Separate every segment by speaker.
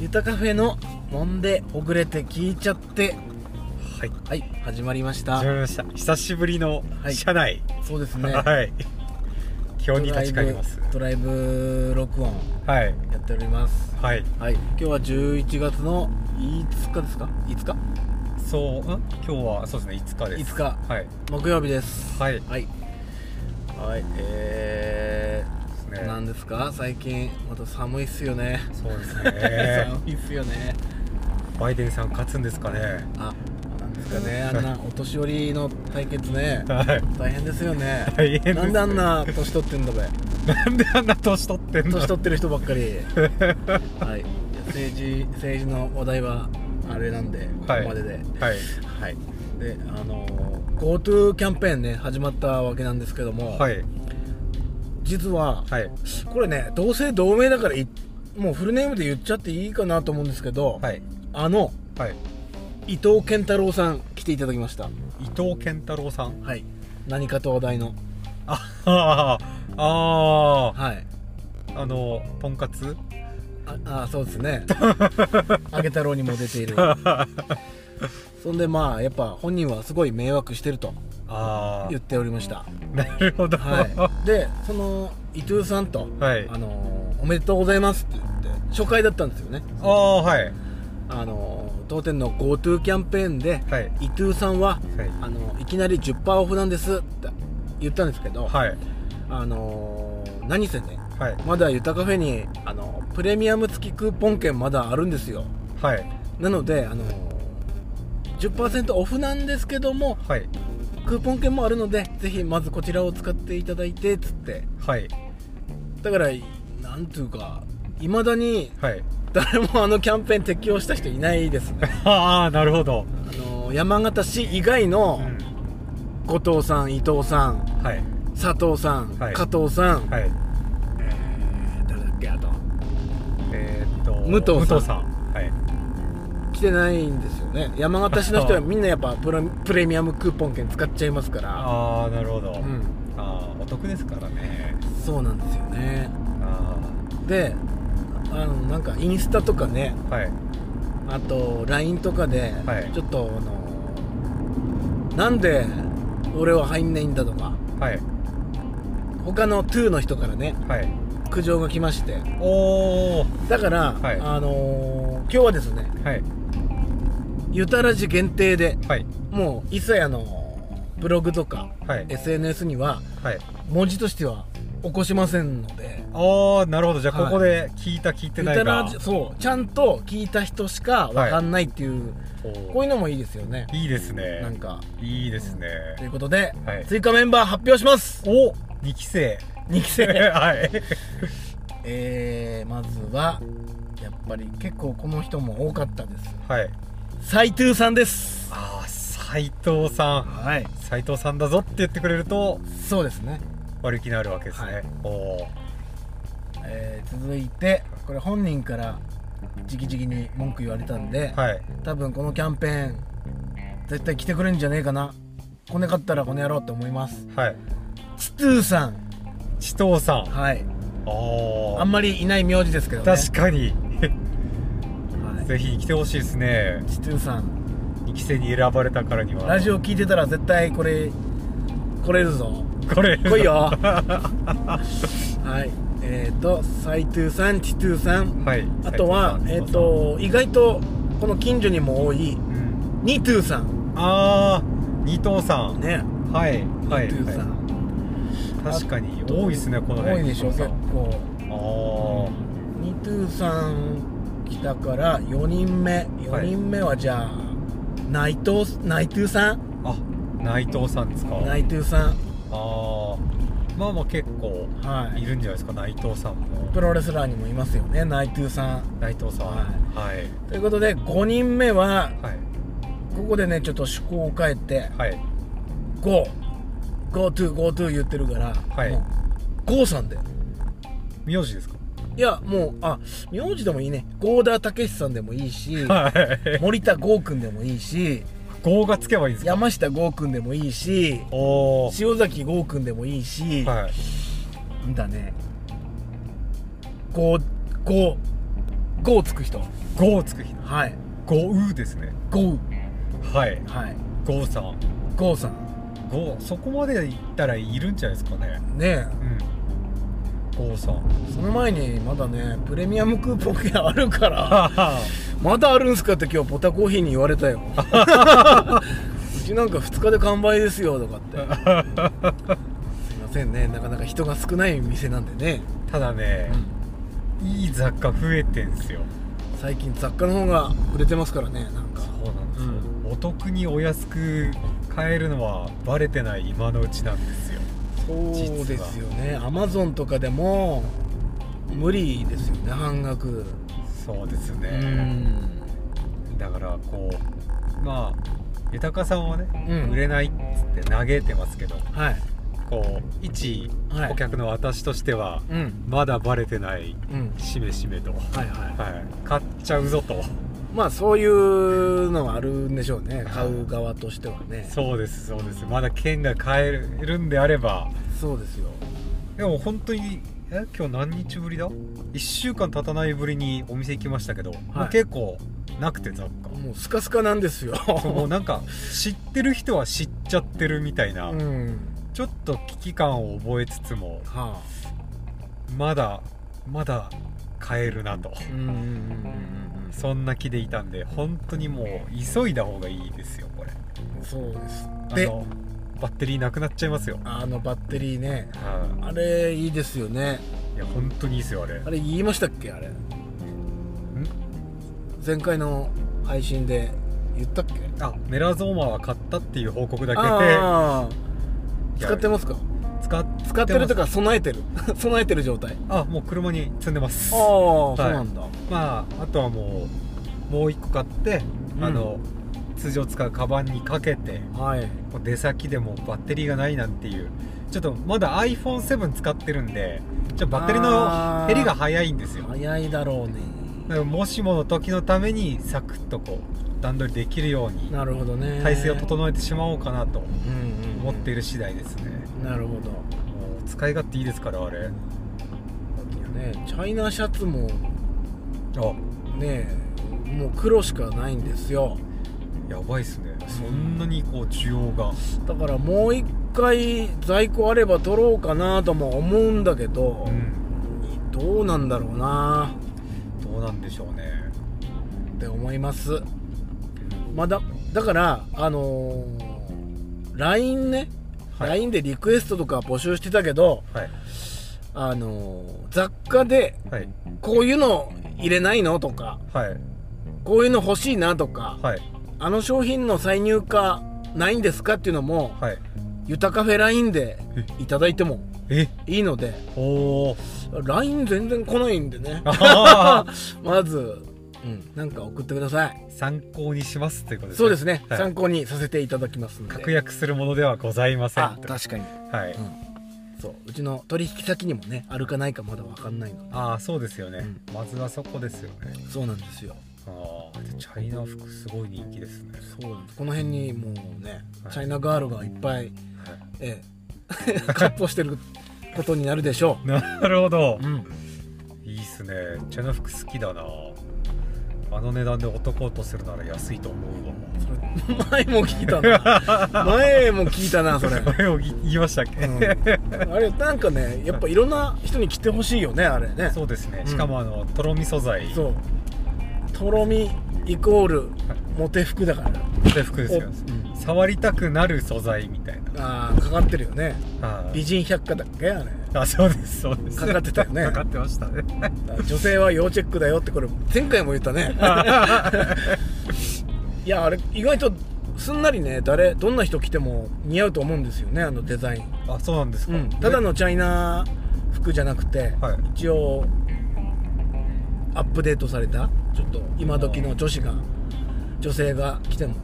Speaker 1: ゆたカフェのもんでほぐれて聞いちゃって
Speaker 2: はい
Speaker 1: はい始まりまし
Speaker 2: 始ま
Speaker 1: た
Speaker 2: りました久しぶりの
Speaker 1: はい
Speaker 2: 車内
Speaker 1: そうです
Speaker 2: は
Speaker 1: ね
Speaker 2: い、今日に立ち返ります
Speaker 1: ドライブ録音
Speaker 2: はい
Speaker 1: やっております
Speaker 2: はい
Speaker 1: はい今日は11月の5日ですか5日
Speaker 2: そう、ん今日はそうですね5日です
Speaker 1: 5日
Speaker 2: はい
Speaker 1: 木曜日です
Speaker 2: はい
Speaker 1: はいはいえ
Speaker 2: です
Speaker 1: ー、なん
Speaker 2: ね
Speaker 1: ですか最近また寒いっすよね、
Speaker 2: そうです ね
Speaker 1: 寒いっすよね
Speaker 2: バイデンさん勝つんですかね
Speaker 1: あなんですかねあんなお年寄りの対決ね
Speaker 2: はい
Speaker 1: 大変ですよね
Speaker 2: 大変ですね
Speaker 1: なんであんな年取ってんだべ
Speaker 2: なんであんな年取ってんの
Speaker 1: 年取ってる人ばっ かりはい政治政治の話題はあれなんで、ここ
Speaker 2: はい
Speaker 1: までで
Speaker 2: はい
Speaker 1: はいであの GoTo キャンペーンね始まったわけなんですけども、
Speaker 2: はい
Speaker 1: 実は、
Speaker 2: はい
Speaker 1: これね同姓同名だからいもうフルネームで言っちゃっていいかなと思うんですけど、
Speaker 2: はい
Speaker 1: あの
Speaker 2: はい
Speaker 1: 伊藤健太郎さん来ていただきました
Speaker 2: 伊藤健太郎さん
Speaker 1: はい何かと話題の
Speaker 2: あ ああー
Speaker 1: はい
Speaker 2: あのとんかつ
Speaker 1: ああそうです ねあげ太郎にも出ているそんでまあやっぱ本人はすごい迷惑してると
Speaker 2: あ
Speaker 1: 言っておりました
Speaker 2: あなるほど
Speaker 1: はいでその伊藤さんと、
Speaker 2: はい
Speaker 1: あのーおめでとうございます」って言って初回だったんですよね
Speaker 2: ああはい
Speaker 1: あのー当店の GoTo キャンペーンで、
Speaker 2: はい
Speaker 1: 伊藤さんは、
Speaker 2: はい
Speaker 1: あのーいきなり10%オフなんです」って言ったんですけど、
Speaker 2: はい
Speaker 1: あのー何せね
Speaker 2: はい
Speaker 1: まだゆたカフェにあのープレミアム付きクーポン券まだあるんですよ
Speaker 2: はい
Speaker 1: なのであの10%オフなんですけども
Speaker 2: はい
Speaker 1: クーポン券もあるのでぜひまずこちらを使っていただいてつって
Speaker 2: はい
Speaker 1: だからなんていうかいまだに
Speaker 2: はい
Speaker 1: 誰もあのキャンペーン適用した人いないですね
Speaker 2: ああなるほど、
Speaker 1: あの山形市以外
Speaker 2: う
Speaker 1: の
Speaker 2: ん、
Speaker 1: 後藤さん伊藤さん
Speaker 2: はい
Speaker 1: 佐藤さん、
Speaker 2: はい
Speaker 1: 加藤さん、
Speaker 2: はい
Speaker 1: えー誰だっけあと
Speaker 2: えーっと
Speaker 1: 武藤さん
Speaker 2: はい
Speaker 1: 来てないんですよね山形市の 人はみんなやっぱプラプレミアムクーポン券使っちゃいますから
Speaker 2: ああなるほど、
Speaker 1: うん
Speaker 2: ああお得ですからね
Speaker 1: そうなんですよね
Speaker 2: あ
Speaker 1: であのなんかインスタとかね
Speaker 2: あはい
Speaker 1: あと LINE とかで、
Speaker 2: はい
Speaker 1: ちょっとあのなんで俺は入んないんだとか
Speaker 2: はい
Speaker 1: 他の2の人からね
Speaker 2: はい
Speaker 1: 苦情が来まして
Speaker 2: おお
Speaker 1: だから、
Speaker 2: はい
Speaker 1: あのー今日はですね
Speaker 2: はい
Speaker 1: ゆたらじ限定で
Speaker 2: はい
Speaker 1: もう一切あのブログとか
Speaker 2: はい
Speaker 1: SNS には
Speaker 2: はい
Speaker 1: 文字としては起こしませんので
Speaker 2: ああなるほどじゃあ
Speaker 1: は
Speaker 2: こ
Speaker 1: い
Speaker 2: こで聞いた聞いて
Speaker 1: ゆ
Speaker 2: な
Speaker 1: た
Speaker 2: いが、
Speaker 1: らじそうちゃんと聞いた人しかわかんないっていう、
Speaker 2: お
Speaker 1: こう
Speaker 2: ー
Speaker 1: いうのもいいですよね
Speaker 2: いいですね
Speaker 1: なんか
Speaker 2: いいですね、
Speaker 1: ということで、
Speaker 2: はい
Speaker 1: 追加メンバー発表します
Speaker 2: お二期生
Speaker 1: 2期生
Speaker 2: はい
Speaker 1: えー、まずはやっぱり結構この人も多かったです
Speaker 2: はい
Speaker 1: 斎藤さんです
Speaker 2: ああ斎藤さん
Speaker 1: はい
Speaker 2: 斎藤さんだぞって言ってくれると
Speaker 1: そうですね、
Speaker 2: 悪気のあるわけですね、
Speaker 1: はい
Speaker 2: おお
Speaker 1: えー続いてこれ本人から直々に文句言われたんで、
Speaker 2: はい
Speaker 1: 多分このキャンペーン絶対来てくれんじゃねえかなこねかったらこの野郎って思います
Speaker 2: はい
Speaker 1: チトゥーさん
Speaker 2: 地頭さん
Speaker 1: はい
Speaker 2: あ
Speaker 1: あんまりいない名字ですけどね
Speaker 2: 確かに
Speaker 1: はい
Speaker 2: ぜひ来てほしいですね
Speaker 1: チトゥーさん
Speaker 2: 2期生に選ばれたからには
Speaker 1: ラジ
Speaker 2: オ
Speaker 1: オ聞いてたら絶対これ来れるぞ
Speaker 2: これ
Speaker 1: 来いよ
Speaker 2: は
Speaker 1: はいえっ、ー、と斎藤さんチトゥーさん
Speaker 2: い
Speaker 1: あとは
Speaker 2: 斉藤さん
Speaker 1: えっ、と意外とこの近所にも多い
Speaker 2: うん
Speaker 1: ニトゥーさん
Speaker 2: ああ二頭さん
Speaker 1: ね
Speaker 2: はいはい、
Speaker 1: ニトゥーさ
Speaker 2: は
Speaker 1: ん、
Speaker 2: い確かに多いですねこ
Speaker 1: 多
Speaker 2: の辺
Speaker 1: いでしょ
Speaker 2: 二
Speaker 1: 結
Speaker 2: 頭さん
Speaker 1: 構ニトゥーさん来たから4人目4人目はじゃあ、内藤内藤さん
Speaker 2: あーあ内藤さんですかあ
Speaker 1: 内藤さん
Speaker 2: あーまあまあ結構
Speaker 1: はいい
Speaker 2: るんじゃないですか内藤さんも
Speaker 1: プロレスラーにもいますよね内藤さん
Speaker 2: 内藤さんはい
Speaker 1: ということで5人目は
Speaker 2: はい
Speaker 1: ここでねちょっと趣向を変えて
Speaker 2: はい
Speaker 1: GoGoToGoTo 言ってるから、
Speaker 2: はい
Speaker 1: もう GO さんで
Speaker 2: 名字ですか
Speaker 1: いやもうあ名字でもいいね郷田武史さんでもいいし
Speaker 2: はい
Speaker 1: 森田剛君でもいいし
Speaker 2: 号がつけばいいんですか
Speaker 1: 山下剛君でもいいし
Speaker 2: おお
Speaker 1: 塩崎剛君でもいいし、
Speaker 2: はい
Speaker 1: だね五五五つく人
Speaker 2: 五をつく人
Speaker 1: はい
Speaker 2: 五うですね
Speaker 1: 五
Speaker 2: はい
Speaker 1: はい
Speaker 2: 五さん
Speaker 1: 五さん
Speaker 2: 五そこまでいったらいるんじゃないですかね
Speaker 1: ね
Speaker 2: うん五さん
Speaker 1: えその前にまだねプレミアムクーポン券あるから
Speaker 2: はは
Speaker 1: まだあるんすかって今日ポタコーヒーに言われたようちなんか2日で完売ですよとかってすいませんねなかなか人が少ない店なんでね
Speaker 2: ただねいい雑貨増えてんすよ
Speaker 1: 最近雑貨の方が売れてますからねなんか
Speaker 2: そうなんですよ、
Speaker 1: う
Speaker 2: お得にお安く買えるのはバレてない今のうちなんですよ
Speaker 1: そうですよねアマゾンとかでも無理ですよね半額
Speaker 2: そうです
Speaker 1: う
Speaker 2: ね、
Speaker 1: ん
Speaker 2: だからこうまあ豊かさんはね、
Speaker 1: うん
Speaker 2: 売れないっつって嘆いてますけど
Speaker 1: はい
Speaker 2: こう一
Speaker 1: はい
Speaker 2: 顧客の私としては、
Speaker 1: うん
Speaker 2: まだバレてない
Speaker 1: うん
Speaker 2: しめしめと、は
Speaker 1: はいはい
Speaker 2: い、買っちゃうぞと
Speaker 1: まあそういうのはあるんでしょうね買う側としてはね
Speaker 2: そうですそうですまだ券が買えるんであれば
Speaker 1: そうですよ
Speaker 2: でも本当にえ今日何日ぶりだ1週間経たないぶりにお店行きましたけど、もう結構なくて雑貨
Speaker 1: もうスカスカなんですよ
Speaker 2: そうもうなんか知ってる人は知っちゃってるみたいな、
Speaker 1: うん
Speaker 2: ちょっと危機感を覚えつつも
Speaker 1: はあ
Speaker 2: まだまだ買えるなと、
Speaker 1: うんうんうんうん
Speaker 2: そんな気でいたんで本当にもう急いだ方がいいですよこれ
Speaker 1: うんそうです
Speaker 2: あ
Speaker 1: で
Speaker 2: のバッテリーなくなっちゃいますよ、
Speaker 1: あのバッテリーね
Speaker 2: は
Speaker 1: あれいいですよね
Speaker 2: いいや本当にいいですよあれ
Speaker 1: あれ言いましたっけあれ前回の配信で言ったっけ
Speaker 2: あメラゾーマは買ったっていう報告だけで
Speaker 1: あ あ使ってますか
Speaker 2: 使っ
Speaker 1: 使ってると
Speaker 2: か
Speaker 1: か備えてる 備えてる状態
Speaker 2: あもう車に積んでます
Speaker 1: ああ、
Speaker 2: はい
Speaker 1: そうなんだ
Speaker 2: まああとはもうもう一個買って、
Speaker 1: うん
Speaker 2: あの通常使うカバンにかけて
Speaker 1: はい
Speaker 2: もう出先でもバッテリーがないなんていうちょっとまだ iPhone7 使ってるんでちょっとバッテリー
Speaker 1: あー
Speaker 2: の減りが早いんですよだ
Speaker 1: 早いだろうね
Speaker 2: からもしもの時のためにサクッとこう段取りできるように
Speaker 1: なるほどね
Speaker 2: 体制を整えてしまおうかなと
Speaker 1: うんうん
Speaker 2: 思っている次第ですね、
Speaker 1: なるほど
Speaker 2: もう使い勝手いいですからあれ
Speaker 1: ねチャイナシャツも
Speaker 2: あ
Speaker 1: ねもう黒しかないんですよ
Speaker 2: やばいっすねそんなにこう需要が
Speaker 1: だからもう一回在庫あれば取ろうかなとも思うんだけど、
Speaker 2: うん
Speaker 1: どうなんだろうな
Speaker 2: どうなんでしょうね
Speaker 1: って思いますまあだだからあのー LINE ね、
Speaker 2: はい
Speaker 1: LINE でリクエストとか募集してたけど
Speaker 2: はい
Speaker 1: あのー雑貨で
Speaker 2: はい
Speaker 1: こういうの入れないのとか
Speaker 2: はい
Speaker 1: こういうの欲しいなとか
Speaker 2: はい
Speaker 1: あの商品の再入荷ないんですかっていうのも
Speaker 2: はい
Speaker 1: ゆたカフェ LINE でいただいても
Speaker 2: え
Speaker 1: いいので
Speaker 2: おお
Speaker 1: LINE 全然来ないんでね
Speaker 2: あ ー
Speaker 1: まず、うん、なんか送ってください
Speaker 2: 参考にしますということですね
Speaker 1: そうですね、
Speaker 2: はい
Speaker 1: 参考にさせていただきますんで
Speaker 2: 確約するものではございません
Speaker 1: あ
Speaker 2: と
Speaker 1: 確かに
Speaker 2: はい、
Speaker 1: うんそううちの取引先にもねあるかないかまだわかんないの
Speaker 2: ああそうですよね、
Speaker 1: う
Speaker 2: まずはそこですよね
Speaker 1: そうなんですよ
Speaker 2: ああチャイナ服すごい人気ですね
Speaker 1: そうなんですこの辺にもうね
Speaker 2: はい
Speaker 1: チャイナガールがいっぱい、
Speaker 2: はい
Speaker 1: え え、活動してることになるでしょ
Speaker 2: なるほど
Speaker 1: う、うん、
Speaker 2: いいっすねチャイナ服好きだなあの値段で男とするなら安いと思うわ
Speaker 1: それ前も聞いたな 前も聞いたなそれ、う
Speaker 2: 前を言いましたっけ、
Speaker 1: ん、あれなんかねやっぱいろんな人に着てほしいよねあれね
Speaker 2: そうですね、
Speaker 1: うん
Speaker 2: しかもあのとろみ素材
Speaker 1: そうとろみイコールモテ服だから
Speaker 2: 制服ですよ、
Speaker 1: おうん
Speaker 2: 触りたくなる素材みたいな
Speaker 1: あーかかってるよね
Speaker 2: あ
Speaker 1: 美人百科だっけあれ
Speaker 2: あそうですそうです
Speaker 1: かかってたよね
Speaker 2: かかってましたね
Speaker 1: 女性は要チェックだよってこれ前回も言った ねいやあれ意外とすんなりね誰どんな人着ても似合うと思うんですよねあのデザイン、
Speaker 2: あそうなんですか、
Speaker 1: うん、ただのチャイナ服じゃなくて、
Speaker 2: はい
Speaker 1: 一応アップデートされたちょっと今時の女子が女性が着ても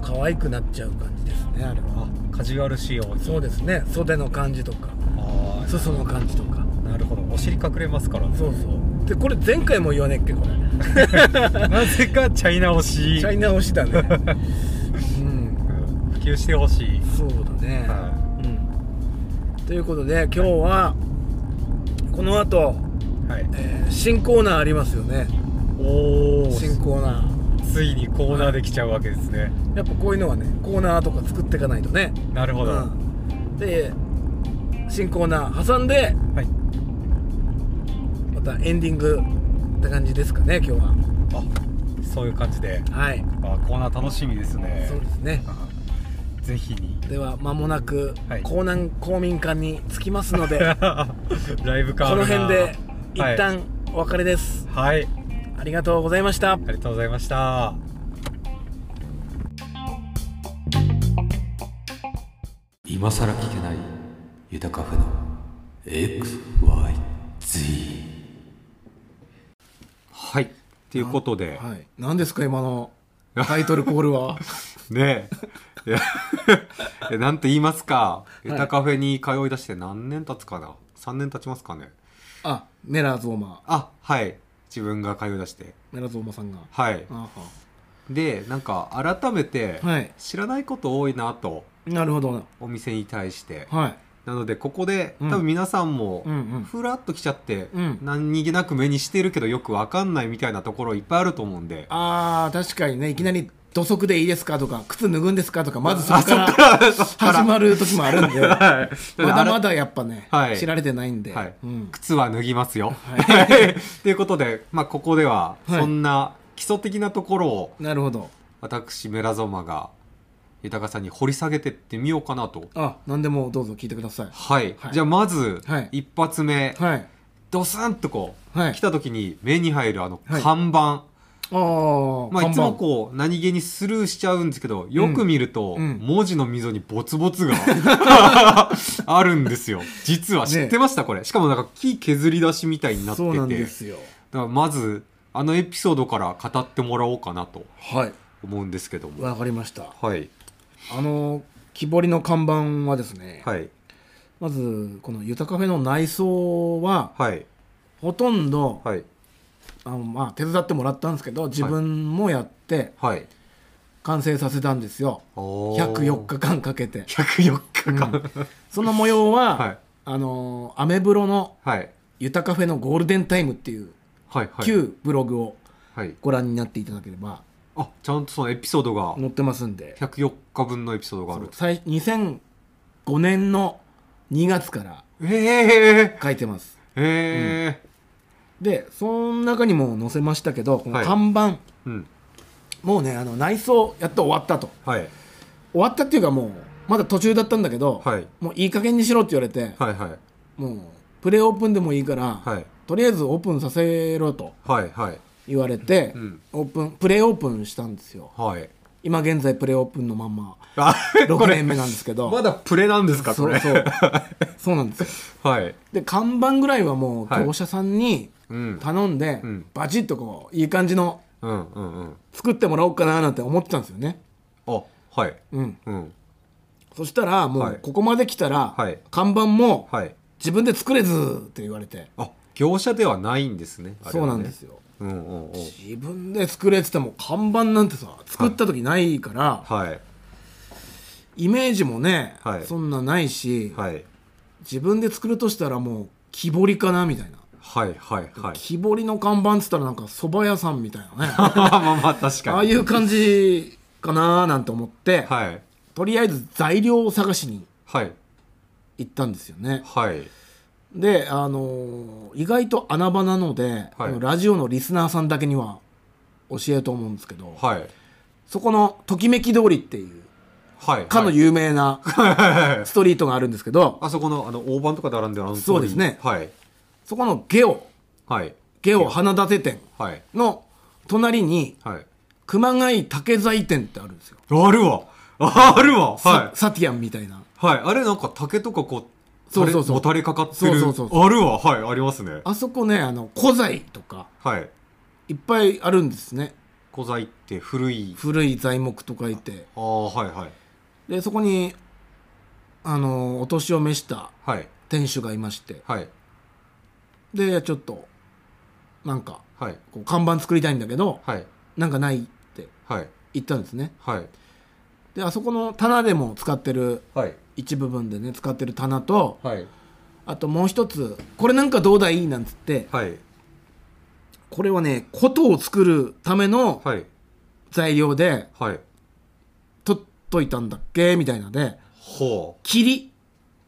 Speaker 1: 可愛くなっちゃう感じですねあれは
Speaker 2: あカジュアル仕様に
Speaker 1: そうですね袖の感じとか
Speaker 2: あー
Speaker 1: 裾の感じとか
Speaker 2: なるほどお尻隠れます からね
Speaker 1: そうそうでこれ前回も言わねっけこれ
Speaker 2: なぜかチャイナ推し
Speaker 1: チャイナ推しだねうん
Speaker 2: うん普及してほしい、
Speaker 1: そうだね、
Speaker 2: は
Speaker 1: うん、ということで今日はこの後
Speaker 2: はい
Speaker 1: えー新コーナーありますよね
Speaker 2: おお
Speaker 1: 新コーナー
Speaker 2: ついにコーナーできちゃうわけですね
Speaker 1: やっぱこういうのはねコーナーとか作っていかないとね
Speaker 2: なるほど、
Speaker 1: うん、で新コーナー挟んで
Speaker 2: はい
Speaker 1: またエンディングって感じですかね今日は
Speaker 2: あそういう感じで
Speaker 1: はい、
Speaker 2: あコーナー楽しみですね
Speaker 1: そうですね
Speaker 2: あぜひに
Speaker 1: では間もなく
Speaker 2: はい
Speaker 1: 江南公民館に着きますので、
Speaker 2: ライブ
Speaker 1: こ
Speaker 2: 感ある
Speaker 1: の
Speaker 2: な
Speaker 1: 辺で一
Speaker 2: はい、
Speaker 1: 旦お別れです、
Speaker 2: はい、
Speaker 1: ありがとうございました
Speaker 2: ありがとうございました
Speaker 3: 今さら聞けないユタカフェの XYZ
Speaker 2: はいっていうことで、
Speaker 1: はい何ですか今のタイトルコール は
Speaker 2: ねえいや えなんて言いますか、
Speaker 1: い
Speaker 2: ユタカフェに通い出して何年経つかな3年経ちますかね
Speaker 1: あメラゾーマ
Speaker 2: あはい自分が通い出して
Speaker 1: メラゾーマさんが
Speaker 2: はい
Speaker 1: あ
Speaker 2: でなんか改めて
Speaker 1: はい
Speaker 2: 知らないこと多いなと
Speaker 1: なるほど
Speaker 2: お店に対して
Speaker 1: はい
Speaker 2: なのでここで
Speaker 1: うん
Speaker 2: 多分皆さんも
Speaker 1: うんうん
Speaker 2: ふらっと来ちゃって
Speaker 1: うん
Speaker 2: 何気なく目にしてるけどよくわかんないみたいなところいっぱいあると思うんで
Speaker 1: あー確かにねいきなり土足でいいですかとか靴脱ぐんですかとかまずそこから始まる時もあ るんでま
Speaker 2: はい
Speaker 1: だまだやっぱね、
Speaker 2: はい
Speaker 1: 知られてないんで、
Speaker 2: はい
Speaker 1: うん
Speaker 2: 靴は脱ぎますよ。 ということで、まあ、ここでは
Speaker 1: はい
Speaker 2: そんな基礎的なところを
Speaker 1: なるほど
Speaker 2: 私メラゾーマが豊さんに掘り下げてってみようかなと。
Speaker 1: あ何でもどうぞ聞いてください
Speaker 2: はい、
Speaker 1: はい
Speaker 2: じゃあまず
Speaker 1: はい
Speaker 2: 一発目、
Speaker 1: はい
Speaker 2: ドスンとこう、
Speaker 1: はい
Speaker 2: 来た時に目に入るあの
Speaker 1: はい
Speaker 2: 看板、
Speaker 1: ああ、
Speaker 2: まあ、
Speaker 1: 看
Speaker 2: いつ
Speaker 1: 板
Speaker 2: もこう何気にスルーしちゃうんですけどよく見ると
Speaker 1: うん
Speaker 2: 文字の溝にボツ ボツがあるんですよ実は知ってました、これしかもなんか木削り出しみたいになってて
Speaker 1: そうなんですよ
Speaker 2: だからまずあのエピソードから語ってもらおうかなと
Speaker 1: はい
Speaker 2: 思うんですけども
Speaker 1: わかりました
Speaker 2: はい
Speaker 1: あの木彫りの看板はですね、
Speaker 2: はい
Speaker 1: まずこの「ゆたカフェ」の内装は
Speaker 2: はい
Speaker 1: ほとんど、
Speaker 2: はい
Speaker 1: あのまあ、手伝ってもらったんですけど自分もやって
Speaker 2: はい
Speaker 1: 完成させたんですよ、
Speaker 2: おー
Speaker 1: 104日間かけて
Speaker 2: 104日間、
Speaker 1: その模様は、
Speaker 2: はい
Speaker 1: あのーアメブロの
Speaker 2: はい
Speaker 1: 「ゆたカフェのゴールデンタイム」っていう
Speaker 2: はいはい
Speaker 1: 旧ブログを
Speaker 2: はい
Speaker 1: ご覧になっていただければ
Speaker 2: あちゃんとそのエピソードが
Speaker 1: 載ってますんで
Speaker 2: 104日分のエピソードがある
Speaker 1: 最2005年の2月から
Speaker 2: ええ
Speaker 1: 書いてます
Speaker 2: ええ
Speaker 1: でその中にも載せましたけどこの看板、
Speaker 2: ーうん
Speaker 1: もうねあの内装やっと終わったと
Speaker 2: はい
Speaker 1: 終わったっていうかもうまだ途中だったんだけど、
Speaker 2: はい
Speaker 1: もういい加減にしろって言われて、
Speaker 2: はいはい
Speaker 1: もうプレオープンでもいいから、
Speaker 2: はい
Speaker 1: とりあえずオープンさせろと
Speaker 2: はいはい
Speaker 1: 言われて、
Speaker 2: うん
Speaker 1: オープンプレオープンしたんですよ
Speaker 2: はい
Speaker 1: 今現在プレオープンのまんま
Speaker 2: あ
Speaker 1: 6年目なんですけど
Speaker 2: まだプレなんですかこ
Speaker 1: そ
Speaker 2: れ
Speaker 1: うそうそうなんですよ
Speaker 2: はい
Speaker 1: で看板ぐらいはもう
Speaker 2: はい
Speaker 1: 業者さんに
Speaker 2: うん
Speaker 1: 頼んで、
Speaker 2: うん
Speaker 1: バチッとこういい感じの
Speaker 2: うんうんうん
Speaker 1: 作ってもらおうかななんて思ってたんですよね
Speaker 2: あはい
Speaker 1: うん
Speaker 2: うん
Speaker 1: そしたらも
Speaker 2: は
Speaker 1: う
Speaker 2: い
Speaker 1: ここまで来たら、
Speaker 2: はい
Speaker 1: 看板も
Speaker 2: はい
Speaker 1: 自分で作れずって言われて、
Speaker 2: あ業者ではないんですねあれ
Speaker 1: そ
Speaker 2: はね
Speaker 1: うなんですよ
Speaker 2: うんうんうん
Speaker 1: 自分で作れって言っても看板なんてさ作った時ないから、
Speaker 2: はい
Speaker 1: イメージもね、
Speaker 2: はい
Speaker 1: そんなないし、
Speaker 2: はい
Speaker 1: 自分で作るとしたらもう木彫りかなみたいな、
Speaker 2: はいはいはい
Speaker 1: 木彫りの看板っつったらなんか蕎麦屋さんみたいなねあ
Speaker 2: まあまあ確かに
Speaker 1: あいう感じかななんて思って、
Speaker 2: はい
Speaker 1: とりあえず材料を探しに
Speaker 2: はい
Speaker 1: 行ったんですよね
Speaker 2: はい
Speaker 1: であのー意外と穴場なので、このラジオのリスナーさんだけには教えると思うんですけど、
Speaker 2: はい
Speaker 1: そこのときめき通りっていう
Speaker 2: はい
Speaker 1: かの
Speaker 2: はい
Speaker 1: 有名なストリートがあるんですけど、
Speaker 2: あそこのあの大判とか並んでるあの通り
Speaker 1: そうですね
Speaker 2: はい
Speaker 1: そこのゲオ、
Speaker 2: はい
Speaker 1: ゲオ花立て店
Speaker 2: はい
Speaker 1: の隣に、
Speaker 2: はい
Speaker 1: 熊谷竹材店ってあるんですよ。
Speaker 2: あるわああるわ
Speaker 1: サ
Speaker 2: はい
Speaker 1: サティアンみたいな。
Speaker 2: はいあれなんか竹とかこう
Speaker 1: そうそうそう
Speaker 2: 垂れもたれかかってる
Speaker 1: そうそうそう
Speaker 2: あるわはいありますね
Speaker 1: あそこね、あの、古材とか、
Speaker 2: はい
Speaker 1: いっぱいあるんですね。
Speaker 2: 古材って古い
Speaker 1: 古い材木と書いて。
Speaker 2: ああはいはい
Speaker 1: で、そこに、あの、お年を召した
Speaker 2: はい
Speaker 1: 店主がいまして。
Speaker 2: はい
Speaker 1: で、ちょっと、なんか、
Speaker 2: はい
Speaker 1: こう看板作りたいんだけど、
Speaker 2: はい
Speaker 1: なんかないって
Speaker 2: はい
Speaker 1: 言ったんですね。
Speaker 2: はい
Speaker 1: で、あそこの棚でも使ってる、
Speaker 2: はい
Speaker 1: 一部分でね、使ってる棚と、
Speaker 2: はい
Speaker 1: あともう一つこれなんかどうだいなんつって
Speaker 2: はい
Speaker 1: これはね琴を作るための
Speaker 2: はい
Speaker 1: 材料で
Speaker 2: はい
Speaker 1: 取っといたんだっけみたいなので
Speaker 2: ほ
Speaker 1: 霧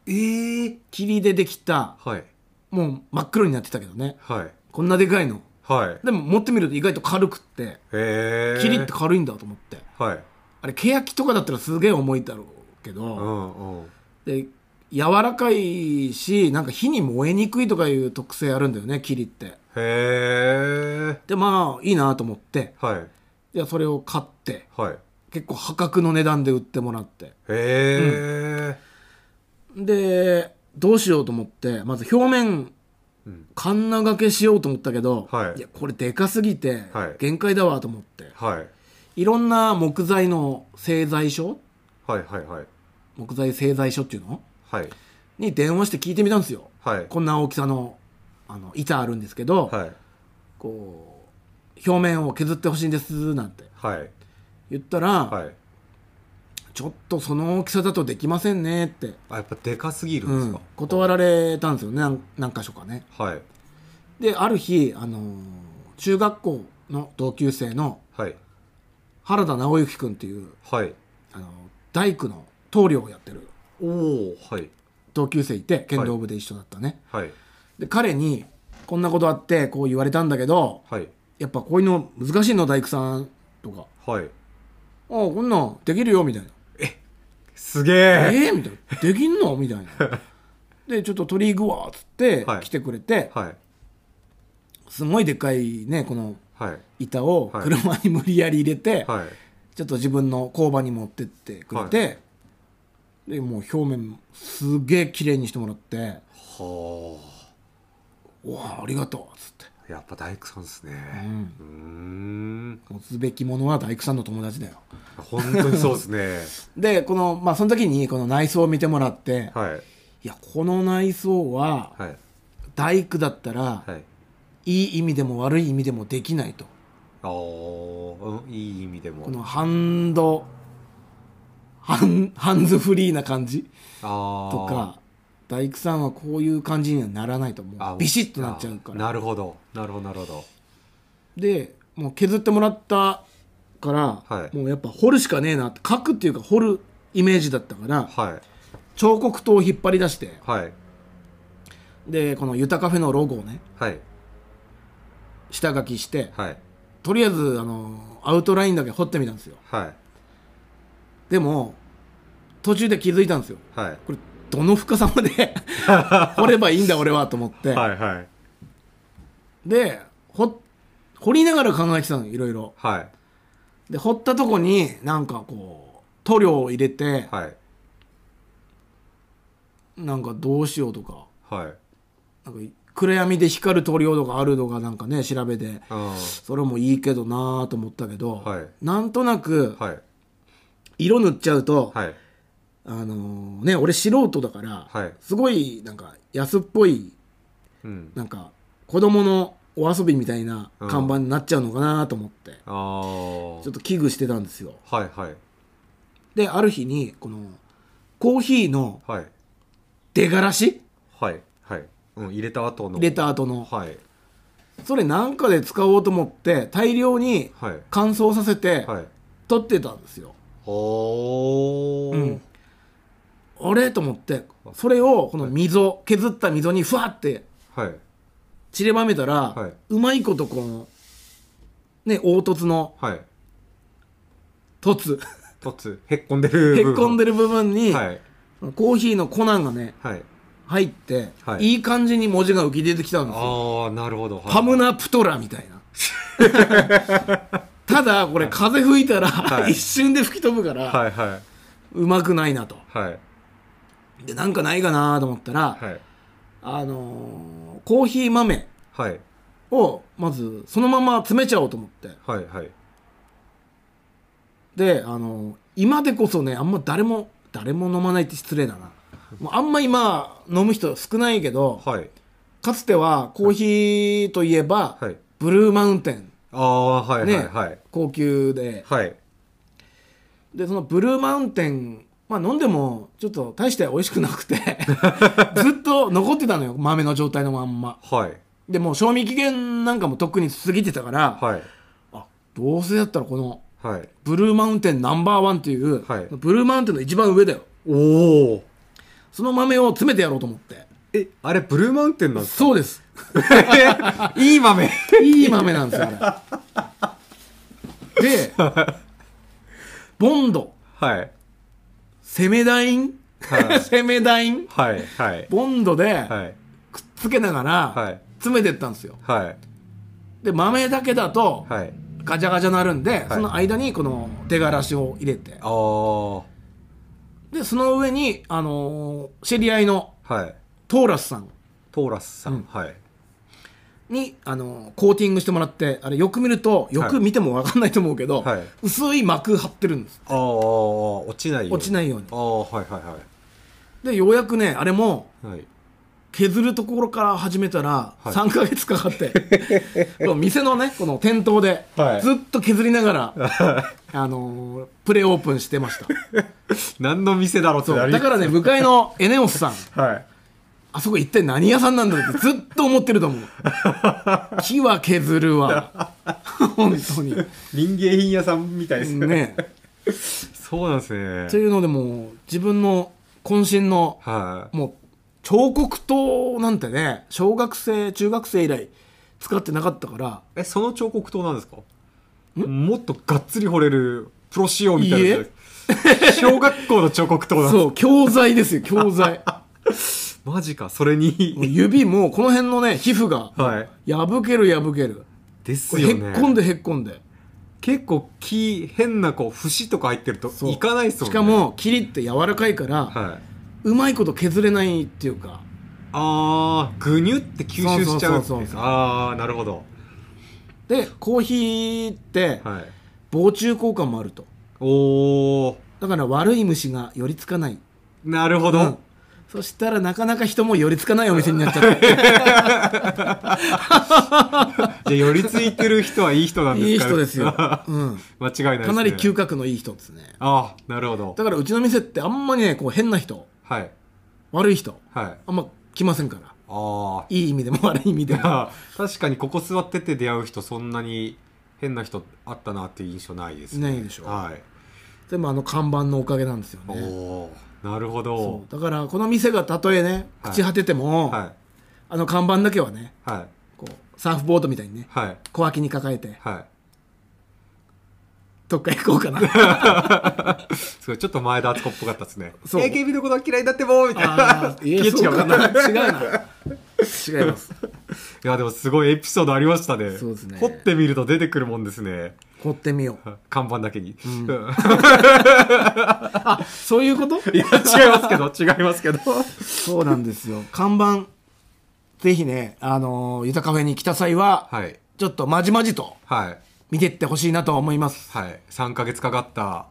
Speaker 2: うええ
Speaker 1: 霧でできた
Speaker 2: はい
Speaker 1: もう真っ黒になってたけどね
Speaker 2: はい
Speaker 1: こんなでかいの
Speaker 2: はい
Speaker 1: でも持ってみると意外と軽くって
Speaker 2: ええ
Speaker 1: 霧って軽いんだと思って
Speaker 2: はい
Speaker 1: あれケヤキとかだったらすげえ重いだろうけど、
Speaker 2: うんうん
Speaker 1: で柔らかいしなんか火に燃えにくいとかいう特性あるんだよね霧って
Speaker 2: へえ
Speaker 1: でまあいいなと思って
Speaker 2: はい
Speaker 1: じゃあそれを買って
Speaker 2: はい
Speaker 1: 結構破格の値段で売ってもらって
Speaker 2: へえ
Speaker 1: でどうしようと思ってまず表面
Speaker 2: うん
Speaker 1: カンナ掛けしようと思ったけど、
Speaker 2: はい
Speaker 1: やこれでかすぎて
Speaker 2: はい
Speaker 1: 限界だわと思って、
Speaker 2: はい
Speaker 1: い、ろんな木材の製材所
Speaker 2: はいはいはい
Speaker 1: 木材製材所っていうの
Speaker 2: はい
Speaker 1: に電話して聞いてみたんですよ
Speaker 2: はい
Speaker 1: こんな大きさのあの板あるんですけど、
Speaker 2: はい
Speaker 1: こう表面を削ってほしいんですなんて
Speaker 2: はい
Speaker 1: 言ったら、
Speaker 2: はい
Speaker 1: ちょっとその大きさだとできませんねって、
Speaker 2: あやっぱでかすぎる
Speaker 1: うん
Speaker 2: です
Speaker 1: ん
Speaker 2: か、
Speaker 1: 断られたんですよねなん何箇所かね
Speaker 2: はい
Speaker 1: である日、あのー中学校の同級生の
Speaker 2: はい
Speaker 1: 原田直之君っていう、
Speaker 2: はい
Speaker 1: あのー大工の棟梁をやってる
Speaker 2: おおはい
Speaker 1: 同級生いて剣道部で一緒だったね、
Speaker 2: はい
Speaker 1: で彼にこんなことあってこう言われたんだけど
Speaker 2: はい
Speaker 1: やっぱこういうの難しいの大工さんとか
Speaker 2: はい
Speaker 1: 「ああこんなんできるよ」みたいな
Speaker 2: すげえ
Speaker 1: えー、みたいな「できんの?」みたいな でちょっと取り行くわっつって
Speaker 2: はい
Speaker 1: 来てくれて、
Speaker 2: はい
Speaker 1: すごいでっかいねこの
Speaker 2: はい
Speaker 1: 板を
Speaker 2: はい
Speaker 1: 車に無理やり入れて、
Speaker 2: はい
Speaker 1: ちょっと自分の工場に持ってってくれて、
Speaker 2: は
Speaker 1: でもう表面すげえ綺麗にしてもらって
Speaker 2: は
Speaker 1: 「おわありがとう」っつって
Speaker 2: あやっぱ大工さんです
Speaker 1: う
Speaker 2: ね
Speaker 1: ん
Speaker 2: うーん
Speaker 1: 持つべきものは大工さんの友達だよ
Speaker 2: 本当にそうです
Speaker 1: でこのまあその時にこの内装を見てもらって、
Speaker 2: ね はい
Speaker 1: いやこの内装は
Speaker 2: はい
Speaker 1: 大工だったら
Speaker 2: はい
Speaker 1: いい意味でも悪い意味でもできないと
Speaker 2: あーうんいい意味でも
Speaker 1: このハンドハンハンズフリーな感じ
Speaker 2: あー
Speaker 1: とか大工さんはこういう感じにはならないと思
Speaker 2: あ
Speaker 1: うビシッとなっちゃうか
Speaker 2: あ
Speaker 1: ら
Speaker 2: なるほどなるほどなるほど
Speaker 1: でもう削ってもらったから、
Speaker 2: はい
Speaker 1: もうやっぱ掘るしかねえなって書くっていうか掘るイメージだったから
Speaker 2: はい
Speaker 1: 彫刻刀を引っ張り出して
Speaker 2: はい
Speaker 1: でこの「ゆたカフェ」のロゴをね
Speaker 2: はい
Speaker 1: 下書きして
Speaker 2: はい
Speaker 1: とりあえずあのアウトラインだけ掘ってみたんですよ
Speaker 2: はい
Speaker 1: でも途中で気づいたんですよ
Speaker 2: はい
Speaker 1: これどの深さまで 掘ればいいんだ俺はと思って、
Speaker 2: はいはい
Speaker 1: で掘掘りながら考えてたのいろいろ
Speaker 2: はい
Speaker 1: で掘ったとこになんかこう塗料を入れて、
Speaker 2: はい
Speaker 1: なんかどうしようとか
Speaker 2: はい
Speaker 1: なんか暗闇で光る塗料とかあるとかなんかね調べて
Speaker 2: うん
Speaker 1: それもいいけどなーと思ったけど、
Speaker 2: はい
Speaker 1: なんとなく
Speaker 2: はい
Speaker 1: 色塗っちゃうと、
Speaker 2: はい
Speaker 1: あのーね俺素人だから、
Speaker 2: はい
Speaker 1: すごいなんか安っぽい
Speaker 2: うん
Speaker 1: なんか子供のお遊びみたいな看板になっちゃうのかなと思って、
Speaker 2: ああ
Speaker 1: ちょっと危惧してたんですよ
Speaker 2: はいはい
Speaker 1: である日にこのコーヒーの
Speaker 2: はい
Speaker 1: 出がらし
Speaker 2: はいはいうん入れた後の
Speaker 1: 入れた後の
Speaker 2: はい
Speaker 1: それなんかで使おうと思って大量に
Speaker 2: はい
Speaker 1: 乾燥させて
Speaker 2: はい
Speaker 1: 取ってたんですよ、
Speaker 2: おお、
Speaker 1: うんあれと思ってそれをこの溝削った溝にふわって
Speaker 2: はい
Speaker 1: 散りばめたら、
Speaker 2: はいう
Speaker 1: まいことこのね凹凸の
Speaker 2: はい
Speaker 1: 凸
Speaker 2: 突へっこんでる
Speaker 1: へっこんで
Speaker 2: る
Speaker 1: る部分に、
Speaker 2: はい
Speaker 1: コーヒーの粉がね
Speaker 2: はい
Speaker 1: 入って、
Speaker 2: はい
Speaker 1: い、い感じに文字が浮き出てきたんですよ
Speaker 2: ああなるほど、はい
Speaker 1: パムナプトラみた いなただこれ風吹いたら、
Speaker 2: はい
Speaker 1: 一瞬で吹き飛ぶから、
Speaker 2: はいはいう
Speaker 1: まくないなと
Speaker 2: はい
Speaker 1: でなんかないかなと思ったら、
Speaker 2: はい
Speaker 1: あのーコーヒー豆
Speaker 2: はい
Speaker 1: をまずそのまま詰めちゃおうと思って
Speaker 2: はいはい
Speaker 1: で、あのー今でこそねあんま誰も誰も飲まないって失礼だなもうあんま今飲む人少ないけど
Speaker 2: はい
Speaker 1: かつてはコーヒーといえば、
Speaker 2: はい
Speaker 1: ブルーマウンテン
Speaker 2: ああはいはい
Speaker 1: ね
Speaker 2: はい
Speaker 1: 高級で
Speaker 2: はい
Speaker 1: でそのブルーマウンテンまあ飲んでもちょっと大して美味しくな くてずっと残ってたのよ豆の状態のまんま
Speaker 2: はい
Speaker 1: でもう賞味期限なんかもとっくに過ぎてたから、
Speaker 2: はい
Speaker 1: あどうせだったらこの
Speaker 2: はい
Speaker 1: ブルーマウンテンナンバーワンっていう、
Speaker 2: はい
Speaker 1: ブルーマウンテンの一番上だよ
Speaker 2: おお
Speaker 1: その豆を詰めてやろうと思って
Speaker 2: えあれブルーマウンテンなんですか
Speaker 1: そうです
Speaker 2: ういい豆
Speaker 1: いい豆なんですよあれでボンド
Speaker 2: はい
Speaker 1: セメダイン、
Speaker 2: はい
Speaker 1: セメダイン
Speaker 2: はいはい
Speaker 1: ボンドで
Speaker 2: はい
Speaker 1: くっつけなが
Speaker 2: は
Speaker 1: ら
Speaker 2: い
Speaker 1: 詰めてったんですよ
Speaker 2: はい
Speaker 1: で豆だけだと
Speaker 2: はい
Speaker 1: ガチャガチャなるんで、その間にこの手がらしを入れて
Speaker 2: ああは
Speaker 1: でその上に、あのー知り合いの
Speaker 2: い
Speaker 1: トーラスさん
Speaker 2: トーラスさん、
Speaker 1: うん
Speaker 2: はい
Speaker 1: に、あのーコーティングしてもらってあれよく見るとよく見ても分かんないと思うけど、
Speaker 2: はい
Speaker 1: 薄い膜張ってるんです
Speaker 2: ああ落ちないように
Speaker 1: 落ちないように
Speaker 2: ああはいはいは
Speaker 1: でようやくねあれも
Speaker 2: いはい
Speaker 1: 削るところから始めたら
Speaker 2: はい
Speaker 1: 3ヶ月かかって、 この店のねこの店頭で
Speaker 2: はい
Speaker 1: ずっと削りながら、あのープレオープンしてま した
Speaker 2: 何の店だろうって
Speaker 1: そ
Speaker 2: な
Speaker 1: う
Speaker 2: り
Speaker 1: だからね向かいのエネオスさん
Speaker 2: はい
Speaker 1: あそこ一体何屋さんなんだろうってずっと思ってると 思う木は削るわ本当に
Speaker 2: 民芸品屋さんみたいですね
Speaker 1: ね
Speaker 2: そうなんですね
Speaker 1: というのでもう自分の渾身の
Speaker 2: はい、
Speaker 1: もう彫刻刀なんてね小学生中学生以来使ってなかったから
Speaker 2: えその彫刻刀なんですかもっとがっつり彫れるプロ仕様みたいなやつです小学校の彫刻刀なんで
Speaker 1: そう教材ですよ教 材
Speaker 2: すマジかそれ
Speaker 1: もう
Speaker 2: に
Speaker 1: 指もうこの辺のね皮膚が
Speaker 2: はい
Speaker 1: 破ける破ける
Speaker 2: です
Speaker 1: これへ
Speaker 2: よ
Speaker 1: っ
Speaker 2: ね
Speaker 1: こんでへっこんで
Speaker 2: 結構木変なこう節とか入ってると
Speaker 1: そう
Speaker 2: いかないっすも
Speaker 1: し
Speaker 2: んね
Speaker 1: かも切りって柔らかいから、
Speaker 2: はいう
Speaker 1: まいこと削れないっていうか
Speaker 2: あーぐにゅって吸収しちゃうって
Speaker 1: そうそう
Speaker 2: い
Speaker 1: そう
Speaker 2: う
Speaker 1: そう
Speaker 2: ああなるほど
Speaker 1: でコーヒーって
Speaker 2: はい
Speaker 1: 防虫効果もあると
Speaker 2: おー
Speaker 1: だから悪い虫が寄りつかない、
Speaker 2: なるほど、
Speaker 1: うんそしたらなかなか人も寄りつかないお店になっちゃって
Speaker 2: じゃあ寄りついてる人はいい人なんですかね、
Speaker 1: いい人ですようん、
Speaker 2: 間違いないですね
Speaker 1: かなり嗅覚のいい人ですね
Speaker 2: ああなるほど
Speaker 1: だからうちの店ってあんまりねこう変な人
Speaker 2: はい
Speaker 1: 悪い人
Speaker 2: はい
Speaker 1: あんま来ませんから
Speaker 2: あ
Speaker 1: いい意味でも悪い意味でも
Speaker 2: あ 確かにここ座ってて出会う人そんなに変な人あったなっていう印象ないですね
Speaker 1: ないでしょ
Speaker 2: はい、
Speaker 1: でもあの看板のおかげなんですよ
Speaker 2: お
Speaker 1: ね
Speaker 2: おーなるほ
Speaker 1: そ
Speaker 2: ど
Speaker 1: うだからこの店がたとえね
Speaker 2: は
Speaker 1: 朽
Speaker 2: い
Speaker 1: ち果てても、
Speaker 2: は
Speaker 1: あの看板だけはね
Speaker 2: いはい
Speaker 1: こうサーフボードみたいにね
Speaker 2: はい
Speaker 1: 小脇に抱えて
Speaker 2: はい
Speaker 1: どっか行こう かな
Speaker 2: すごいちょっと前田敦子っぽかったですね
Speaker 1: そう
Speaker 2: AKB のことは嫌いだってもみたい
Speaker 1: あ
Speaker 2: な
Speaker 1: ーいや
Speaker 2: いや
Speaker 1: そうかな
Speaker 2: 違う
Speaker 1: 違うな違い ます
Speaker 2: いやでもすごいエピソードありましたね
Speaker 1: そうですね
Speaker 2: 掘ってみると出てくるもんですね
Speaker 1: 掘ってみよう
Speaker 2: 看板だけに、うん
Speaker 1: そういうこと
Speaker 2: いや違いますけど違いますけど
Speaker 1: そうなんですよ看板ぜひねあのーゆたカフェに来た際は、
Speaker 2: はい
Speaker 1: ちょっとまじまじと
Speaker 2: はい
Speaker 1: 見てってほしいなとは思います
Speaker 2: はい、3ヶ月かかった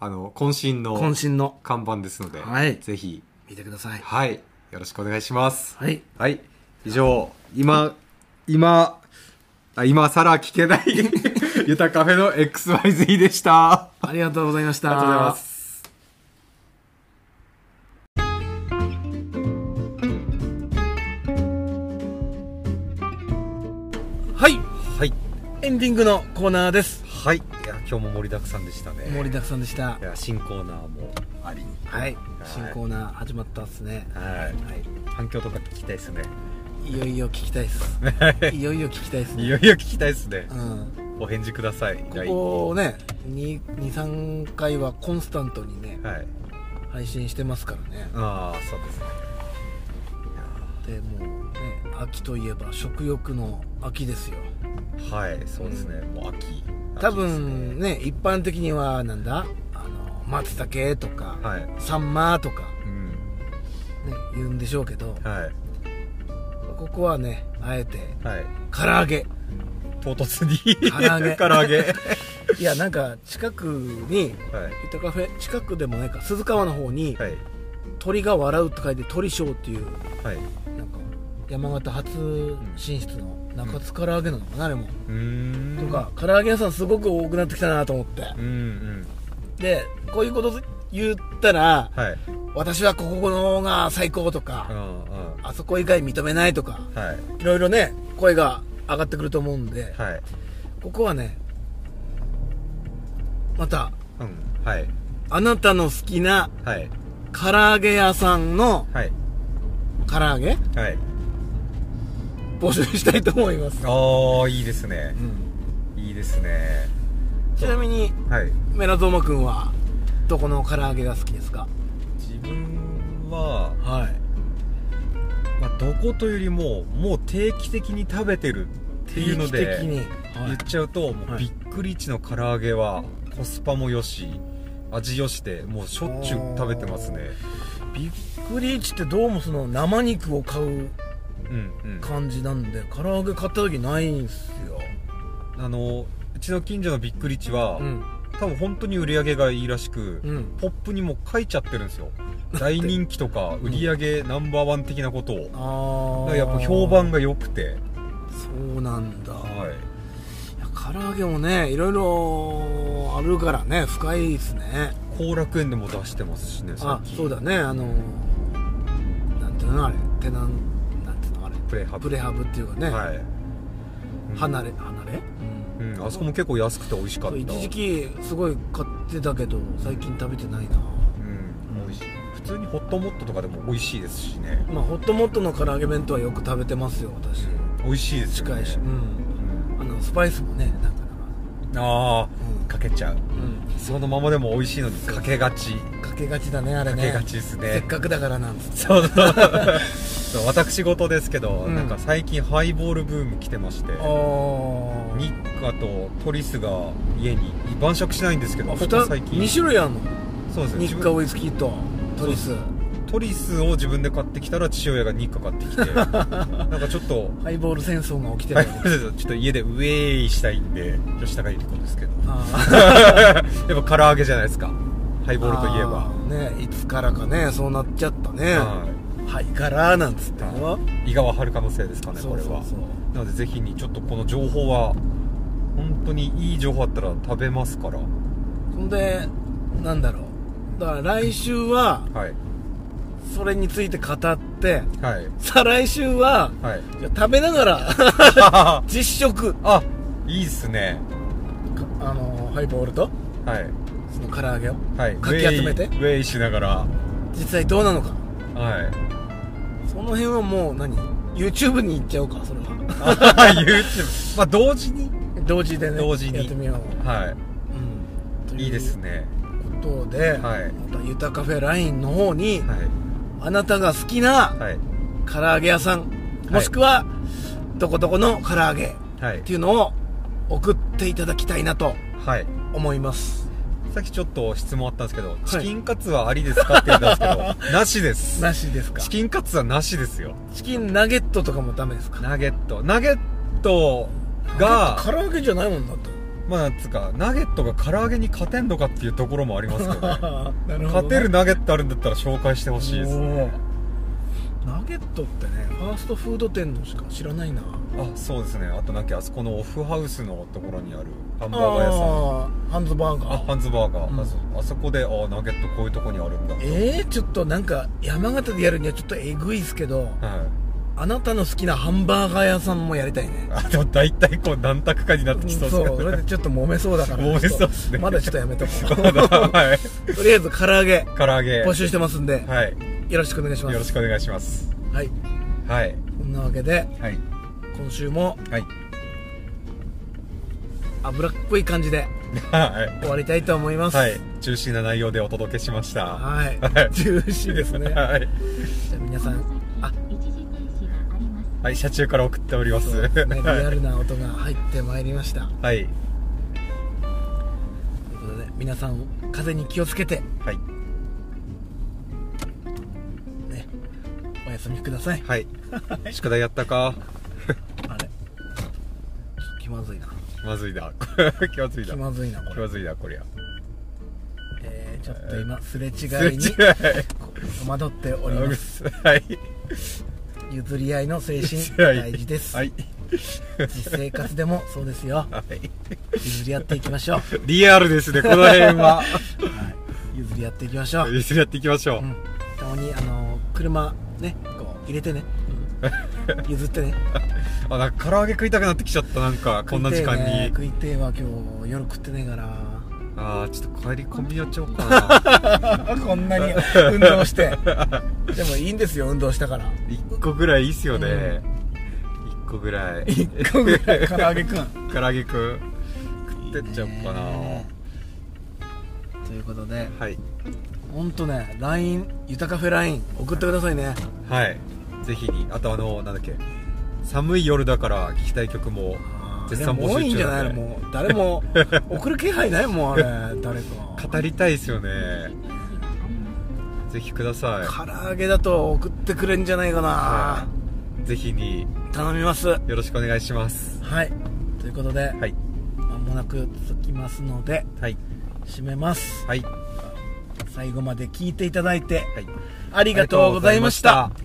Speaker 2: あの渾身の
Speaker 1: 渾身の
Speaker 2: 看板ですので、
Speaker 1: はい
Speaker 2: ぜひ、
Speaker 1: 見てください
Speaker 2: はい、よろしくお願いします。
Speaker 1: はい
Speaker 2: はい、以上、今、今、あ今さら聞けない、 ゆたカフェの XYZ でした。
Speaker 1: ありがとうございました
Speaker 2: ありがとうございます。
Speaker 1: はい
Speaker 2: はい、
Speaker 1: エンディングのコーナーです
Speaker 2: はい、いや、今日も盛りだくさんでしたね。
Speaker 1: 盛りだくさんでした
Speaker 2: いや、新コーナーもあり。
Speaker 1: はい新コーナー始まったっすね
Speaker 2: はい、
Speaker 1: は
Speaker 2: 反響とか聞きたいですね。
Speaker 1: いいよいよ聞きたいっすいよいよ聞きたいっすね
Speaker 2: いよいよ聞きたいですね
Speaker 1: う。ん
Speaker 2: お返事ください。
Speaker 1: ここをね23回はコンスタントにね
Speaker 2: はい。
Speaker 1: 配信してますからね
Speaker 2: ああ、そうですね。
Speaker 1: でもうね秋といえば食欲の秋ですよ
Speaker 2: はい、そうですね。もう秋。
Speaker 1: 多分ね一般的にはなんだあの松茸とか、
Speaker 2: はい。
Speaker 1: サンマとか、ね、
Speaker 2: うん。
Speaker 1: 言うんでしょうけど
Speaker 2: はい。
Speaker 1: ここはねあえて
Speaker 2: はい。
Speaker 1: 唐揚げ
Speaker 2: 唐突に。
Speaker 1: 唐揚げ
Speaker 2: 唐揚げ。はい。
Speaker 1: いやなんか近くにゆたカフェ近くでもないか鈴川の方に
Speaker 2: はい。
Speaker 1: 「鳥が笑う」って書いて「鳥ショー」っていう
Speaker 2: はい。
Speaker 1: なんか山形初進出の中津唐揚げなのかなあれも、
Speaker 2: うーん。
Speaker 1: とか唐揚げ屋さんすごく多くなってきたなと思って
Speaker 2: うん。うん。
Speaker 1: でこういうこと言ったら
Speaker 2: はい
Speaker 1: 私はここのが最高と
Speaker 2: う
Speaker 1: か、
Speaker 2: んうん
Speaker 1: あそこ以外認めないとか
Speaker 2: はい
Speaker 1: いろいろね声が上がってくると思うんで、
Speaker 2: はい
Speaker 1: ここはねまた
Speaker 2: うんはい
Speaker 1: あなたの好きな
Speaker 2: はい
Speaker 1: 唐揚げ屋さんの
Speaker 2: はい
Speaker 1: 唐揚げ
Speaker 2: はい
Speaker 1: 募集したいと思います、
Speaker 2: ああいいですね
Speaker 1: うん
Speaker 2: いいですね
Speaker 1: ちなみに
Speaker 2: はい
Speaker 1: メラゾーマくんはどこの唐揚げが好きですか
Speaker 2: 自分は、
Speaker 1: はい
Speaker 2: まあ、どこというよりももう定期的に食べてるっていうので
Speaker 1: 定期的に、
Speaker 2: 言っちゃうと、もう
Speaker 1: はい
Speaker 2: びっくり市の唐揚げはコスパもよし味よしでもうしょっちゅう食べてますね
Speaker 1: びっくり市ってどうもその生肉を買う
Speaker 2: うんうん
Speaker 1: 感じなんで唐揚げ買った時ないんすよ
Speaker 2: あのうちの近所のびっくり市は、
Speaker 1: うん
Speaker 2: 多分本当に売り上げがいいらしく、
Speaker 1: うん
Speaker 2: ポップにもう書いちゃってるんです よ大人気とか売り上げナンバーワン的なことを、
Speaker 1: ああ
Speaker 2: だからやっぱ評判が良くて
Speaker 1: そうなんだ、い
Speaker 2: はい
Speaker 1: や唐揚げもねいろいろあるからね深いですね
Speaker 2: 後楽園でも出してますしね
Speaker 1: あそうだねあのなんていうのあれテナンなんていうのあれ
Speaker 2: プレハブ
Speaker 1: プレハブっていうかね、
Speaker 2: はい、うん
Speaker 1: 離れ離れ、うん
Speaker 2: うん、あそこも結構安くて美味しかっ
Speaker 1: そ
Speaker 2: た
Speaker 1: う一時期すごい買ってたけど最近食べてないな
Speaker 2: うん美味しい普通にホットモットとかでも美味しいですしね、
Speaker 1: まあホットモットの唐揚げ弁当はよく食べてますよ私
Speaker 2: 美味しいですよね
Speaker 1: 近いし、うん
Speaker 2: うん
Speaker 1: あのスパイスもねなんかだか
Speaker 2: あ
Speaker 1: うん
Speaker 2: あかけちゃう
Speaker 1: ら、う
Speaker 2: そのままでも美味しいのにかけがち
Speaker 1: ん、かけがちだねあれ
Speaker 2: か
Speaker 1: ね
Speaker 2: けがちですね
Speaker 1: せっかくだからなんつって
Speaker 2: そうそうそう私事ですけど、
Speaker 1: うん
Speaker 2: なんか最近ハイボールブーム来てまして
Speaker 1: あー
Speaker 2: 日課とトリスが家に晩酌しないんですけど
Speaker 1: あ
Speaker 2: こ
Speaker 1: ふ
Speaker 2: こ
Speaker 1: た
Speaker 2: 最近
Speaker 1: 2種類あるの
Speaker 2: そうですね
Speaker 1: 日
Speaker 2: 自
Speaker 1: 課
Speaker 2: 分
Speaker 1: ウイスキーとトリス
Speaker 2: トリスを自分で買ってきたら父親が日課買って きてなんかちょっと
Speaker 1: ハイボール戦争が起きてる
Speaker 2: はい、ちょっと家でウェーイしたいんで吉高由里子で すけど
Speaker 1: あ
Speaker 2: やっぱ唐揚げじゃないですかハイ
Speaker 1: ー
Speaker 2: ボールといえ
Speaker 1: あ
Speaker 2: ば
Speaker 1: ーねいつからかねそうなっちゃったね
Speaker 2: は
Speaker 1: はいからなんつっての
Speaker 2: い井川遥のせいですかね
Speaker 1: そうそう
Speaker 2: これは
Speaker 1: そう
Speaker 2: なのでぜひにちょっとこの情報は本当にいい情報あったら食べますからは
Speaker 1: そんでなんだろうだから来週はいそれについて語って
Speaker 2: はい
Speaker 1: 再来週は
Speaker 2: はい
Speaker 1: じゃあ食べながら
Speaker 2: あ
Speaker 1: 実食
Speaker 2: いいっすね
Speaker 1: あのハイボールと
Speaker 2: はい
Speaker 1: その唐揚げを
Speaker 2: はい
Speaker 1: かき集めて
Speaker 2: ウェイウェイしながらは
Speaker 1: 実際どうなのか
Speaker 2: い
Speaker 1: その辺はもう何 YouTube に行っちゃおうかそれ は
Speaker 2: YouTube まあ同時に
Speaker 1: 同時でね
Speaker 2: 同時に
Speaker 1: やってみよ
Speaker 2: は
Speaker 1: う、うん、と
Speaker 2: いいいですね
Speaker 1: ということで、
Speaker 2: はい
Speaker 1: またゆたカフェラインの方に、
Speaker 2: は
Speaker 1: あなたが好きない
Speaker 2: はい
Speaker 1: 唐揚げ屋さんもしくは、どこどこの唐揚げっ
Speaker 2: はい
Speaker 1: ていうのを送っていただきたいなと
Speaker 2: はい
Speaker 1: 思います
Speaker 2: さっきちょっと質問あったんですけど、チキンカツはありですかって言ったんです けど、なしです。
Speaker 1: なしですか
Speaker 2: チキンカツはなしですよ。
Speaker 1: チキンナゲットとかもダメですか
Speaker 2: ナゲット。ナゲットが、
Speaker 1: 唐揚げじゃないもんだと
Speaker 2: まあなんつうか、ナゲットが唐揚げに勝てんのかっていうところもありますけど、ね、
Speaker 1: なる
Speaker 2: 勝てるナゲットあるんだったら紹介してほしいです。
Speaker 1: おーナゲットってねファーストフード店のしか知らないな
Speaker 2: あ、そうですね。あとなんかあそこのオフハウスのところにあるハンバーガー屋さん。
Speaker 1: あーハンズバーガ
Speaker 2: あ、ハ
Speaker 1: ー
Speaker 2: ンズバーガー。
Speaker 1: うん
Speaker 2: あそあそこで、あナゲットこういうとこにあるんだ。
Speaker 1: えー、ちょっとなんか山形でやるにはちょっとえぐいっすけど
Speaker 2: はい。
Speaker 1: あなたの好きなハンバーガー屋さんもやりたいね
Speaker 2: あ、でも大体こう、何択かになってきそうですけ
Speaker 1: そ
Speaker 2: ど
Speaker 1: うそれでちょっと揉めそうだから
Speaker 2: 揉めそうっすね
Speaker 1: まだちょっとやめとこう
Speaker 2: はい。
Speaker 1: とりあえず唐揚げ
Speaker 2: 唐揚げ。
Speaker 1: 募集してますんで、
Speaker 2: はい。
Speaker 1: よろしくお願いします
Speaker 2: よろしくお願いします。
Speaker 1: はい
Speaker 2: はい。
Speaker 1: こんなわけで
Speaker 2: はい。
Speaker 1: 今週も
Speaker 2: はい。
Speaker 1: 脂っこい感じで
Speaker 2: は
Speaker 1: 終わりたいと思いま
Speaker 2: い。
Speaker 1: す
Speaker 2: はい。ジューシーな内容でお届けしました。
Speaker 1: はい
Speaker 2: はい
Speaker 1: ジューシーですねじゃ
Speaker 2: はい。
Speaker 1: あ皆さんあ
Speaker 2: はい、車中から送っておりま
Speaker 1: そ
Speaker 2: す。
Speaker 1: うですねリ ア
Speaker 2: は
Speaker 1: ルな音が入ってまいりました
Speaker 2: い。
Speaker 1: ということで皆さん風に気をつけて
Speaker 2: はい。
Speaker 1: ねお休みください
Speaker 2: はい。宿題やったか
Speaker 1: あれちょっと気まずいな
Speaker 2: まずいだ。これ 気まずいだ
Speaker 1: 気。まずいなこ
Speaker 2: 気
Speaker 1: れ
Speaker 2: まずいだ、こりゃ。
Speaker 1: えー、ちょっと今すれ
Speaker 2: すれ
Speaker 1: 違いに
Speaker 2: 違
Speaker 1: 戸惑っております
Speaker 2: い。はい。
Speaker 1: 譲り合いの精 神
Speaker 2: はい
Speaker 1: 大事です、
Speaker 2: はい。
Speaker 1: 実生活でもそうですよ
Speaker 2: はい。
Speaker 1: 譲り合っていきましょう、
Speaker 2: リアルですね、この辺は。
Speaker 1: はい、譲すりやっていきましょう、
Speaker 2: ゆすりやっていきましょう、
Speaker 1: うん、たまにあの車ねこう入れてね譲って ね
Speaker 2: あなんか唐揚げ食いたくなってきちゃったなんかこんな時間に、
Speaker 1: 食いてえね食いてえわ今日夜食ってねえから
Speaker 2: あーちょっと帰りコンビニ寄っちゃおうか な
Speaker 1: こんなに運動してでもいいんですよ運動したから
Speaker 2: 一個ぐらいいいっすよね、一個ぐらい
Speaker 1: 1個ぐらい唐揚げくん
Speaker 2: 唐揚げ食う食ってっちゃおうかな
Speaker 1: ということで
Speaker 2: はい
Speaker 1: 本当ね LINE ゆたカフェ LINE 送ってくださいね
Speaker 2: はいぜひにあとあのなんだっけ寒い夜だから聴きたい曲も絶賛募
Speaker 1: もういい
Speaker 2: 集
Speaker 1: んじゃ
Speaker 2: 中
Speaker 1: な
Speaker 2: ない
Speaker 1: の
Speaker 2: んで
Speaker 1: もう誰も送る気配ないもんあれ誰か
Speaker 2: 語りたいですよねぜひくださ
Speaker 1: 唐揚げだと送ってくれんじゃないかない
Speaker 2: ぜひに
Speaker 1: 頼みますは
Speaker 2: よろしくお願いします
Speaker 1: いということで、
Speaker 2: はい
Speaker 1: 間もなく続きますので
Speaker 2: はい
Speaker 1: 締めます
Speaker 2: はい
Speaker 1: 最後まで聞いていただいて
Speaker 2: はい
Speaker 1: ありがとうございました
Speaker 2: ありがとうございました